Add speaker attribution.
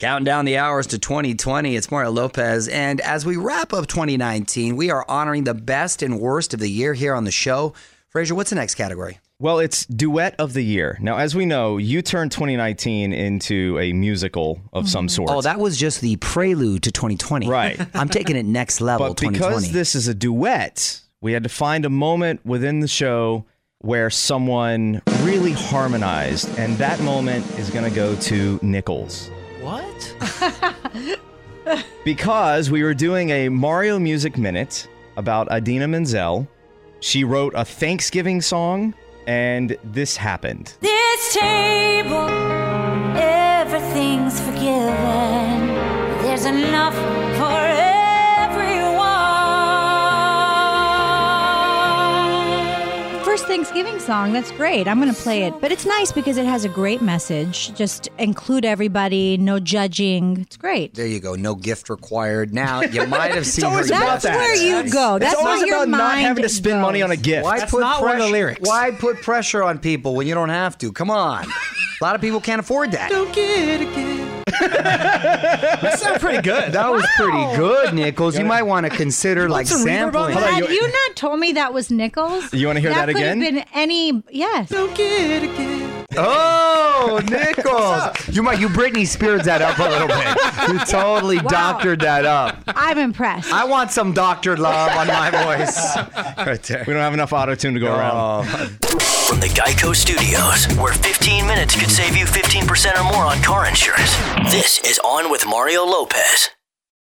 Speaker 1: Counting down the hours to 2020, it's Mario Lopez. And as we wrap up 2019, we are honoring the best and worst of the year here on the show. Frazier, what's the next category?
Speaker 2: Well, it's duet of the year. Now, as we know, you turned 2019 into a musical of some sort.
Speaker 1: Oh, that was just the prelude to 2020.
Speaker 2: Right.
Speaker 1: I'm taking it next level,
Speaker 2: but
Speaker 1: 2020.
Speaker 2: because this is a duet, we had to find a moment within the show where someone really harmonized, and that moment is going to go to Nichols.
Speaker 3: What?
Speaker 2: because we were doing a Mario Music Minute about Idina Menzel. She wrote a Thanksgiving song, and this happened.
Speaker 4: This table, everything's forgiven. There's enough for everyone.
Speaker 5: First Thanksgiving song. That's great. I'm going to play it. But it's nice because it has a great message. Just include everybody, no judging. It's great.
Speaker 1: there you go. No gift required. Now, you might have seen her
Speaker 2: always about
Speaker 5: That's
Speaker 1: yesterday.
Speaker 2: that.
Speaker 5: where you go. Oh, That's
Speaker 2: it's always
Speaker 5: where your
Speaker 2: about not
Speaker 5: mind
Speaker 2: having to spend
Speaker 5: goes.
Speaker 2: money on a gift.
Speaker 1: Why put
Speaker 3: not one
Speaker 1: pressure,
Speaker 3: of the lyrics.
Speaker 1: Why put pressure on people when you don't have to? Come on. A lot of people can't afford that.
Speaker 3: That sounded pretty good.
Speaker 1: That was pretty good, Nichols. You might want to consider like
Speaker 3: a reverb on
Speaker 1: sampling.
Speaker 3: that?
Speaker 5: Had you not told me that was Nichols,
Speaker 2: You wanna hear that again?
Speaker 5: Could have been any. Yes.
Speaker 1: Oh, Nichols! You might you Britney Spears that up a little bit. You totally doctored that up.
Speaker 5: I'm impressed.
Speaker 1: I want some doctored love on my voice. Oh. Right there.
Speaker 2: We don't have enough auto tune to go around.
Speaker 6: From the Geico Studios, where 15 minutes could save you 15% or more on car insurance. This is On with Mario Lopez.